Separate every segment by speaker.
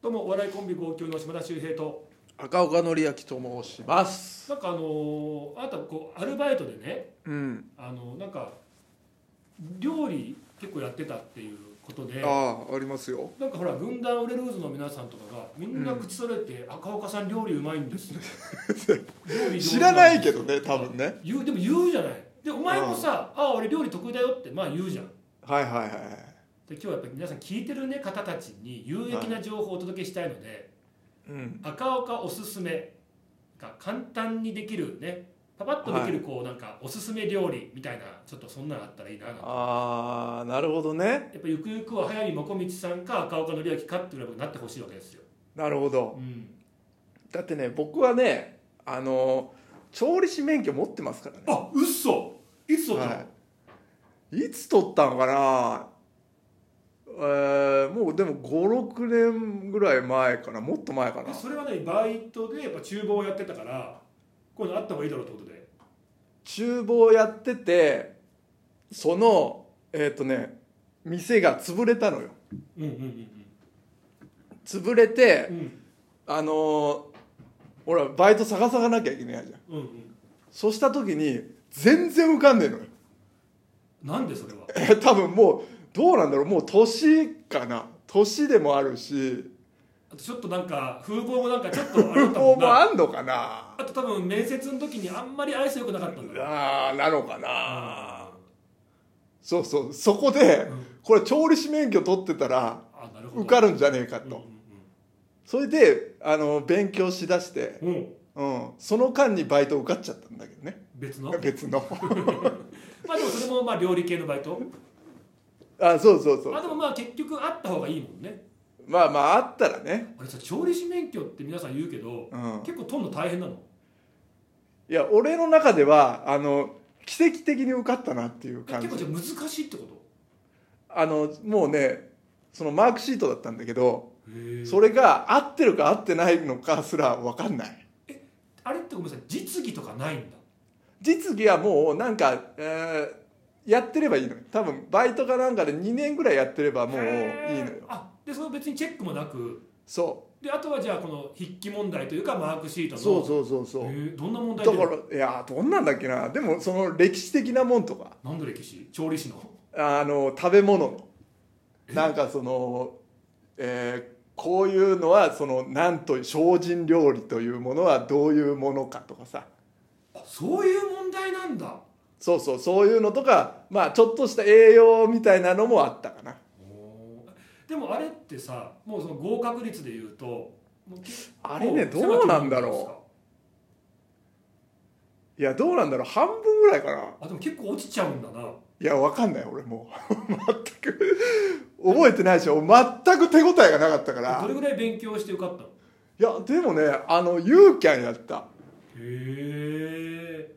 Speaker 1: どうもお笑いコンビ号泣の島田秀平と
Speaker 2: 赤岡典明と申します
Speaker 1: なんかあのーあなたこうアルバイトでね
Speaker 2: うん
Speaker 1: あのなんか料理結構やってたっていうことで
Speaker 2: ああありますよ
Speaker 1: なんかほら軍団売れるーズの皆さんとかがみんな口揃えて「赤岡さん料理うまいん です」料理上手
Speaker 2: 知らないけどね多分ね
Speaker 1: 言うでも言うじゃないでお前もさ「ああ俺料理得意だよ」ってまあ言うじゃん
Speaker 2: はいはいはい
Speaker 1: で今日はやっぱり皆さん聞いてる、ね、方たちに有益な情報をお届けしたいので、
Speaker 2: うん
Speaker 1: 赤岡おすすめが簡単にできるねパパッとできるこうなんかおすすめ料理みたいなちょっとそんなのあったらいいななんて
Speaker 2: ああなるほどね
Speaker 1: やっぱゆくゆくは早見もこみちさんか赤岡典明かっていうようなことになってほしいわけですよ、
Speaker 2: なるほど
Speaker 1: うん、
Speaker 2: だってね僕はねあの調理師免許持ってますからね
Speaker 1: あ嘘いつだったの、
Speaker 2: はい、いつ取ったのかなえー、もうでも56年ぐらい前かなもっと前かな
Speaker 1: でそれはねバイトでやっぱ厨房をやってたからこういうのあった方がいいだろうってことで
Speaker 2: 厨房やっててそのえっ、とね店が潰れたのよ
Speaker 1: うんうん
Speaker 2: 潰れて
Speaker 1: うんうん
Speaker 2: あのー俺はバイト探さなきゃいけないじゃ
Speaker 1: う
Speaker 2: ん
Speaker 1: んうん
Speaker 2: そうした時に全然浮かんねえのよ
Speaker 1: なんでそれは
Speaker 2: え多分もうどうなんだろうもう年かな年でもあるし
Speaker 1: あとちょっとなんか風貌もなんかちょっとあれだった
Speaker 2: も
Speaker 1: も
Speaker 2: うんも
Speaker 1: な
Speaker 2: あんのかな
Speaker 1: あと多分面接の時にあんまり愛想良くなかったんだろう
Speaker 2: あーなのか
Speaker 1: あ
Speaker 2: なそうそうそこで
Speaker 1: うん
Speaker 2: これ調理師免許取ってたら
Speaker 1: あなるほど
Speaker 2: 受かるんじゃねえかと
Speaker 1: う
Speaker 2: それであの勉強しだして
Speaker 1: んうんうんうん
Speaker 2: うん、その間にバイト受かっちゃったんだけどね
Speaker 1: 別の
Speaker 2: 別の
Speaker 1: まあでもそれもまあ料理系のバイト
Speaker 2: あそうそうそ
Speaker 1: まあ
Speaker 2: う
Speaker 1: でもまあ結局あった方がいいもんね
Speaker 2: まあまああったらね、
Speaker 1: あれさ調理師免許って皆さん言うけど、
Speaker 2: うん、
Speaker 1: 結構取るの大変なの
Speaker 2: いや俺の中ではあの奇跡的に受かったなっていう感
Speaker 1: 結
Speaker 2: じ
Speaker 1: 構じゃあ難しいってこと
Speaker 2: あのもうねそのマークシートだったんだけど
Speaker 1: へ
Speaker 2: それが合ってるか合ってないのかすら分かんない
Speaker 1: あれってごめんなさい実技とかないんだ
Speaker 2: 実技はもうなんか、えーやってればいいのよ多分バイトかなんかで2年ぐらいやってればもういいの
Speaker 1: へ
Speaker 2: よ
Speaker 1: ーあでその別にチェックもなく
Speaker 2: そ
Speaker 1: であとはじゃあこの筆記問題というかマークシート
Speaker 2: う
Speaker 1: の
Speaker 2: そうそうそうそう、
Speaker 1: へーどんな問題
Speaker 2: だ
Speaker 1: 出
Speaker 2: か
Speaker 1: る
Speaker 2: らいやどんなんだっけなでもその歴史的なもんとか
Speaker 1: 何の歴史調理師の
Speaker 2: あの食べ物のなんかその、えーこういうのはそのなんと精進料理というものはどういうものかとかさ
Speaker 1: あそういう問題なんだ
Speaker 2: そうそうそういうのとかまあちょっとした栄養みたいなのもあったかな
Speaker 1: おーでもあれってさもうその合格率でいうともう結構
Speaker 2: あれねどうなんだろいやどうなんだろう半分ぐらいかな
Speaker 1: うあでも結構落ちちゃうんだない
Speaker 2: やわかんない俺もう 全く覚えてないし全く手応えがなかったから
Speaker 1: どれぐらい勉強して受かったの
Speaker 2: いやでもねあのユーキャンやった
Speaker 1: へえ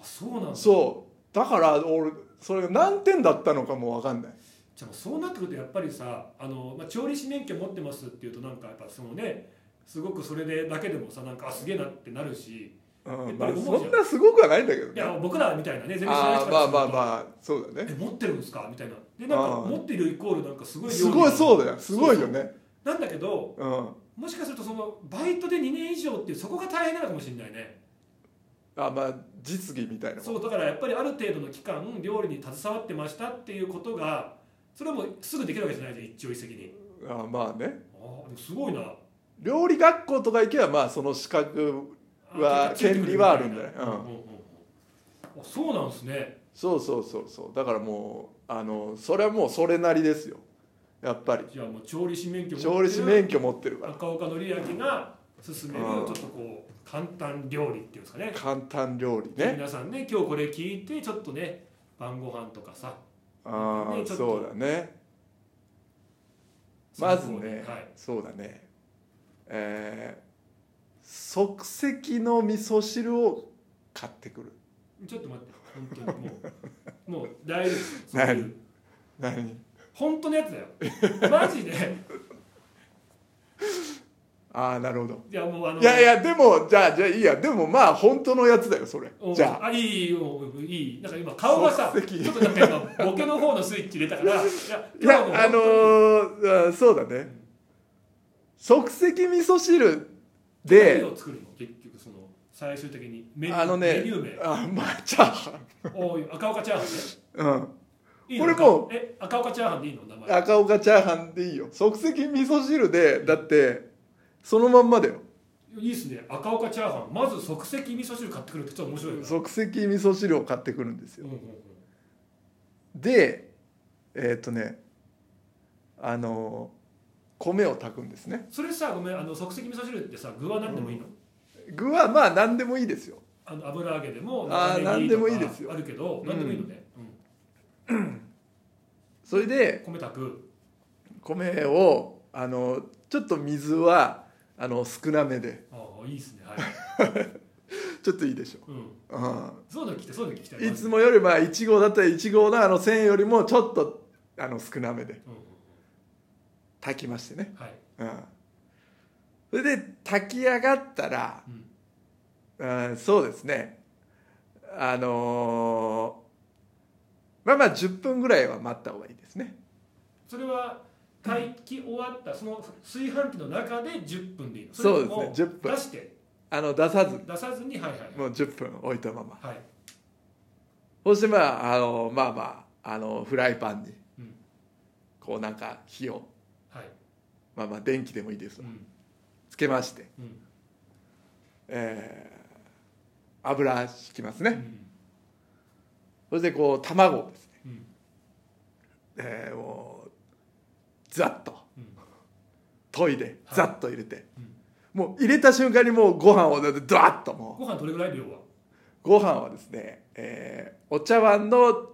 Speaker 1: あそうなんだじ
Speaker 2: そうだから俺それが何点だったのかも分かんな
Speaker 1: ゃ
Speaker 2: い
Speaker 1: あもうそうなってくるとやっぱりさあの、まあ、調理師免許持ってますっていうとなんかやっぱそのねすごくそれでだけでもさなんかあすげえなってなるし
Speaker 2: う
Speaker 1: やっ
Speaker 2: ん
Speaker 1: ぱ
Speaker 2: ま
Speaker 1: り
Speaker 2: あ
Speaker 1: 思うじゃん
Speaker 2: そんなすごくはないんだけど
Speaker 1: い
Speaker 2: ね
Speaker 1: や僕らみたいなね全然知らない
Speaker 2: あ
Speaker 1: 人
Speaker 2: ー
Speaker 1: からする
Speaker 2: まあ
Speaker 1: と
Speaker 2: まあまあそうだね
Speaker 1: え持ってるんですかみたいなでなんか
Speaker 2: あー
Speaker 1: 持ってるイコールなんかすごい料理
Speaker 2: すごいそうだよすごいよね
Speaker 1: なんだけど
Speaker 2: うん
Speaker 1: もしかするとそのバイトで2年以上っていうそこが大変なのかもしれないね
Speaker 2: あまあ実技みたいなもん
Speaker 1: そうだからやっぱりある程度の期間料理に携わってましたっていうことがそれはもうすぐできるわけじゃないじゃん一朝一夕に
Speaker 2: あまあね
Speaker 1: ああでもすごいな
Speaker 2: 料理学校とか行けばまあその資格
Speaker 1: あ
Speaker 2: は
Speaker 1: ついてく
Speaker 2: 権利はあるん
Speaker 1: み
Speaker 2: だ
Speaker 1: たい
Speaker 2: ようん
Speaker 1: なうんうんうんあそうなんですね
Speaker 2: そうそうそうそうだからもうあのそれはもうそれなりですよやっぱり
Speaker 1: じゃあもう調理師免許持ってる
Speaker 2: 調理師免許持ってるから
Speaker 1: 赤岡典明が勧めるち
Speaker 2: う
Speaker 1: ょ
Speaker 2: ん
Speaker 1: っとこう簡単料理っていうんですかね
Speaker 2: 簡単料理ね
Speaker 1: 皆さんね今日これ聞いてちょっとね晩ご飯とかさ
Speaker 2: あ
Speaker 1: ね
Speaker 2: あ
Speaker 1: ちょっと
Speaker 2: そうだねまず
Speaker 1: 参考に
Speaker 2: ね、
Speaker 1: はい
Speaker 2: そうだねえー即席の味噌汁を買ってくる
Speaker 1: ちょっと待って本当にもうもう大丈夫そう
Speaker 2: 何
Speaker 1: いう
Speaker 2: 何
Speaker 1: 本当のやつだよマジで
Speaker 2: ああなるほど
Speaker 1: いやもうあの
Speaker 2: いやいやでもじゃあじゃあいいやでもまあ本当のやつだよそれ
Speaker 1: お
Speaker 2: じゃあ
Speaker 1: いいよいいなんか今顔がさ
Speaker 2: 即席
Speaker 1: ちょっとなんか今ボケの方のスイッチ入れたからいや
Speaker 2: いや
Speaker 1: 今日はもう
Speaker 2: あのーあーそうだね即席味噌汁
Speaker 1: 何
Speaker 2: で
Speaker 1: を作るの結局その最終的にメニュー
Speaker 2: あのね
Speaker 1: メニュー
Speaker 2: あまあチャーハン
Speaker 1: 名おい赤岡チャーハンね
Speaker 2: うん
Speaker 1: いいの
Speaker 2: これも
Speaker 1: 赤え赤岡チャーハンでいいの名前
Speaker 2: 赤岡チャーハンでいいよ即席味噌汁でだってそのまんまだよ
Speaker 1: いいっすね赤岡チャーハンまず即席味噌汁買ってくるってちょっと面白いな
Speaker 2: 即席味噌汁を買ってくるんですよ
Speaker 1: うんうんうん
Speaker 2: でえっ、とねあの米を炊くんですね
Speaker 1: それさごめんあの即席味噌汁ってさ具は何でもいいの,、
Speaker 2: 具はまあ何でもいいですよ
Speaker 1: あの油揚げでも
Speaker 2: あ
Speaker 1: 長
Speaker 2: ー
Speaker 1: ネギ
Speaker 2: 何でもいいですよ
Speaker 1: とかあるけど
Speaker 2: うん
Speaker 1: 何でもいいのね、うん
Speaker 2: それで
Speaker 1: 米炊く
Speaker 2: 米をあのちょっと水はあの少なめで
Speaker 1: ああいいっすねはい、
Speaker 2: ちょっといいでしょ
Speaker 1: うん、
Speaker 2: う、うん、
Speaker 1: そういうの聞きたいそういうの聞きたい
Speaker 2: いつもよりまあ1号だったら1号のあの1000よりもちょっとあの少なめで
Speaker 1: うんうん
Speaker 2: 炊きましてね、
Speaker 1: うんはい
Speaker 2: うん、それで炊き上がったら
Speaker 1: う、ん
Speaker 2: うん、そうですねあのーまあまあ10分ぐらいは待った方がいいですね
Speaker 1: それは炊き終わったその炊飯器の中で10分でいいの
Speaker 2: そうで
Speaker 1: れ
Speaker 2: すね
Speaker 1: とも
Speaker 2: 10分
Speaker 1: 出して
Speaker 2: あの出さずに
Speaker 1: 出さずにはいはい
Speaker 2: もう10分置いたまま
Speaker 1: はい
Speaker 2: そしてまああのまあまああのフライパンに
Speaker 1: うん
Speaker 2: こうなんか火を
Speaker 1: はい
Speaker 2: まあまあ電気でもいいです
Speaker 1: う
Speaker 2: わ
Speaker 1: ん
Speaker 2: つけまして、
Speaker 1: うん
Speaker 2: えー油引きます
Speaker 1: う
Speaker 2: ね、
Speaker 1: ん
Speaker 2: そしてこう卵をですね、
Speaker 1: うん
Speaker 2: えーもうザッと
Speaker 1: うん
Speaker 2: 研いで
Speaker 1: はい
Speaker 2: ザッと入れて、
Speaker 1: うん
Speaker 2: もう入れた瞬間にもうご飯をだってドワッともう
Speaker 1: ご飯どれぐらい量は
Speaker 2: ご飯はですね、えーお茶碗の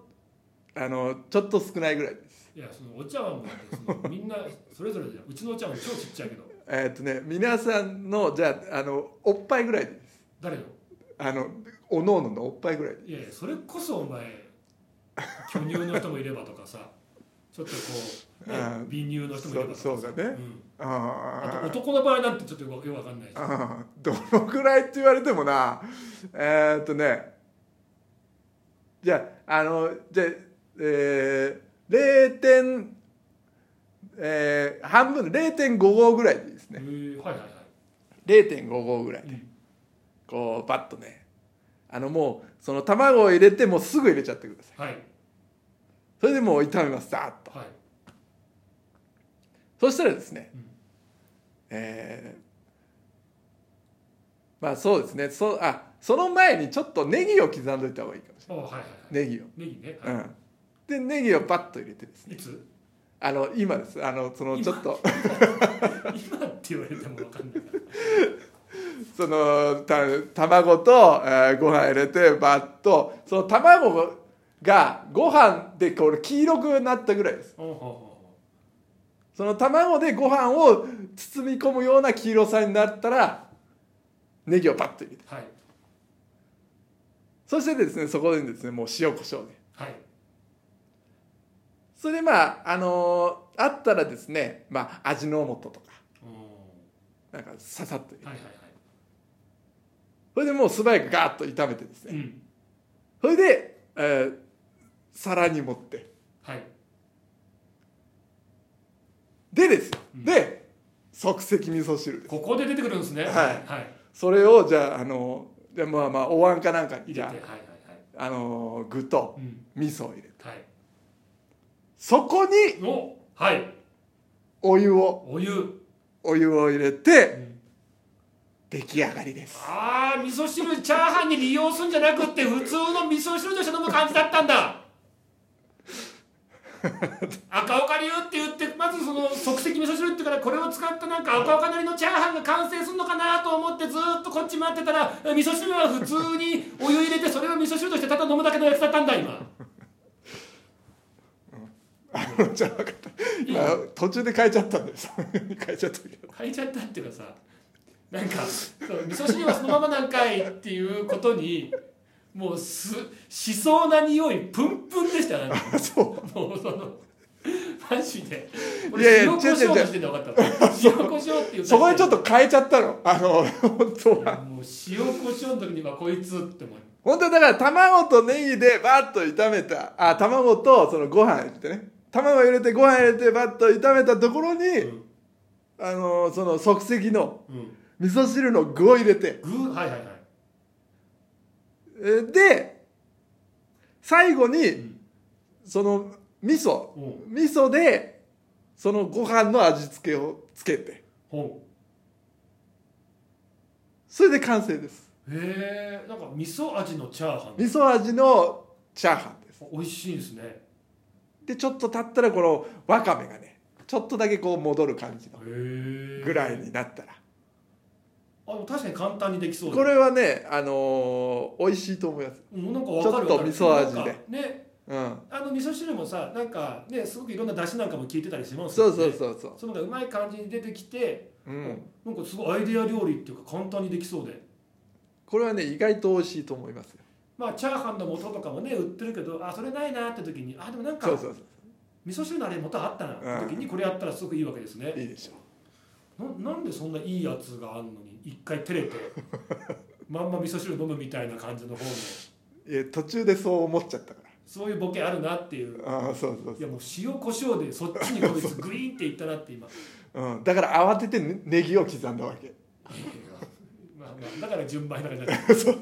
Speaker 2: あのちょっと少ないぐらいです
Speaker 1: いやそのお茶碗もだってそのみんなそれぞれじゃんうちのお茶碗超ちっちゃいけど
Speaker 2: えーっ、とね皆さんのじゃああのおっぱいぐらいでいいです
Speaker 1: 誰の
Speaker 2: あのおのおののおっぱいぐらいで
Speaker 1: いやいやそれこそお前巨乳の人もいればとかさちょっとこう、ね
Speaker 2: うん
Speaker 1: 貧乳の人もいればとかさ
Speaker 2: そうそうだね
Speaker 1: んあと
Speaker 2: あー
Speaker 1: 男の場合なんてちょっとよくわかんないし
Speaker 2: あー どのぐらいって言われてもなえー、っとねじゃああのじゃあえー、0. 点えー、半分の0.5合ぐらいでいいです
Speaker 1: へ
Speaker 2: ね
Speaker 1: ーはいはいはい
Speaker 2: 0.5合ぐらいで、こうバッとねあのもうその卵を入れてもうすぐ入れちゃってください
Speaker 1: はい
Speaker 2: それでもう炒めますザーッと
Speaker 1: はい
Speaker 2: そしたらですね、
Speaker 1: うん
Speaker 2: えーまあそうですねそあその前にちょっとネギを刻んどいた方がいいかもし
Speaker 1: あはいはいはい
Speaker 2: れないネギを、
Speaker 1: ネギね、
Speaker 2: う
Speaker 1: は
Speaker 2: ん、でネギをバッと入れてです
Speaker 1: い、
Speaker 2: ね
Speaker 1: いつ
Speaker 2: あの今ですあのそのちょっと
Speaker 1: 今って言われてもわかんないから
Speaker 2: そのた卵と、えーご飯入れてバッとその卵がご飯でこれ黄色くなったぐらいです
Speaker 1: おうおうお
Speaker 2: その卵でご飯を包み込むような黄色さになったらネギをバッと入れて
Speaker 1: うはい
Speaker 2: そしてですねそこでですねもう塩コショウで
Speaker 1: はい
Speaker 2: それでまああのーあったらですねまあ味の素とか
Speaker 1: お
Speaker 2: なんかささっと入れ
Speaker 1: ー
Speaker 2: る
Speaker 1: はいはい
Speaker 2: それでもう素早くガーッと炒めてです
Speaker 1: はいう
Speaker 2: ね
Speaker 1: ん
Speaker 2: それで、えー皿に盛って
Speaker 1: はい
Speaker 2: でですよ
Speaker 1: うん
Speaker 2: で即席味噌汁です
Speaker 1: ここで出てくるんですね
Speaker 2: はい
Speaker 1: はい
Speaker 2: それをじゃああのーじゃあまあまあお椀かなんかに
Speaker 1: 入れ
Speaker 2: じ
Speaker 1: てはい
Speaker 2: ゃ
Speaker 1: はいは
Speaker 2: あ、あのー具と
Speaker 1: いうん
Speaker 2: 味噌を入れる
Speaker 1: はい
Speaker 2: そこに
Speaker 1: おはい
Speaker 2: お湯を
Speaker 1: お湯
Speaker 2: お湯を入れ
Speaker 1: う
Speaker 2: て
Speaker 1: ん
Speaker 2: 出来上がりです
Speaker 1: ああ味噌汁チャーハンに利用するんじゃなくって普通の味噌汁として飲む感じだったんだ赤岡流って言ってまずその即席味噌汁っていうからこれを使ったなんか赤岡なりのチャーハンが完成するのかなと思ってずーっとこっち待ってたら味噌汁は普通にお湯入れてそれを味噌汁としてただ飲むだけのやつだったんだ今
Speaker 2: あのじゃあ分かった今途中で変えちゃったんです変えちゃったけ ど
Speaker 1: 変えちゃったっていうかさなんかそう味噌汁はそのままなんかいっていうことにもうすしそうな匂いプンプンでしたよなんか
Speaker 2: あそ
Speaker 1: もうそのマジで
Speaker 2: いや
Speaker 1: 俺
Speaker 2: いや
Speaker 1: 塩コショウの時点で分かった塩コショウっていうう
Speaker 2: そこでちょっ
Speaker 1: と
Speaker 2: と変えちゃったのあの本当は
Speaker 1: もう塩コショウの時にはこいつって思う
Speaker 2: 本当はだから卵とネギでバッと炒めたあ卵とそのご飯入れてね卵入れてご飯入れてバッと炒めたところに、
Speaker 1: うん
Speaker 2: あのその即席の
Speaker 1: うん
Speaker 2: 味噌汁の具を入れて
Speaker 1: グーはいはいはい
Speaker 2: えーで最後に、
Speaker 1: ん
Speaker 2: その味噌
Speaker 1: う
Speaker 2: 味噌でそのご飯の味付けをつけて
Speaker 1: ほ
Speaker 2: それで完成です
Speaker 1: うへえんか味噌味のチャーハン
Speaker 2: 味噌味のチャーハンです
Speaker 1: 美味しいんですねへ
Speaker 2: でちょっと経ったらこのわかめがねちょっとだけこう戻る感じの
Speaker 1: え
Speaker 2: ぐらいになったら
Speaker 1: あでも確かに簡単にできそうだ
Speaker 2: これはねあのー美味しいと思います
Speaker 1: もうなんかわかる
Speaker 2: ちょっと
Speaker 1: わかる
Speaker 2: 味噌味で
Speaker 1: なんかね
Speaker 2: うん
Speaker 1: あの味噌汁もさなんかねすごくいろんな出汁なんかも効いてたりします
Speaker 2: そ
Speaker 1: よ
Speaker 2: う
Speaker 1: ね
Speaker 2: そうそうそう
Speaker 1: そのがうまい感じに出てきて、
Speaker 2: うん
Speaker 1: なんかすごいアイデア料理っていうか簡単にできそうで
Speaker 2: これはね意外と美味しいと思いますよ
Speaker 1: まあチャーハンの素とかもね売ってるけどあそれないなって時にあでもなんか
Speaker 2: そうそうそ
Speaker 1: 味噌汁のあれ元あったなって時にこれやったらすごくいいわけですね
Speaker 2: ういいでしょう
Speaker 1: ななんでそんないいやつがあんのに一回照れ てまんま味噌汁飲むみたいな感じの方の
Speaker 2: いや途中でそう思っちゃったか
Speaker 1: そういうボケあるなっていう
Speaker 2: らああそうそう
Speaker 1: いやもう塩コショウでそっちにこいつグリーンっていったなって今
Speaker 2: そう、うん、だから慌ててねネギを刻んだわけ
Speaker 1: まあまあだから順番になっちゃう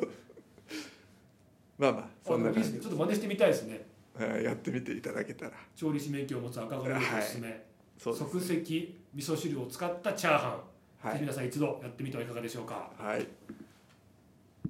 Speaker 2: まあまあそんな
Speaker 1: あでもいいで
Speaker 2: 感
Speaker 1: す
Speaker 2: じ
Speaker 1: ねちょっと真似してみたいですね
Speaker 2: うんやってみていただけたら
Speaker 1: 調理師免許を持つ赤子のおすすめ、
Speaker 2: そうです
Speaker 1: 即席味噌汁を使ったチャーハン、
Speaker 2: は
Speaker 1: ぜひ
Speaker 2: い
Speaker 1: 皆さん一度やってみてはいかがでしょうか
Speaker 2: はい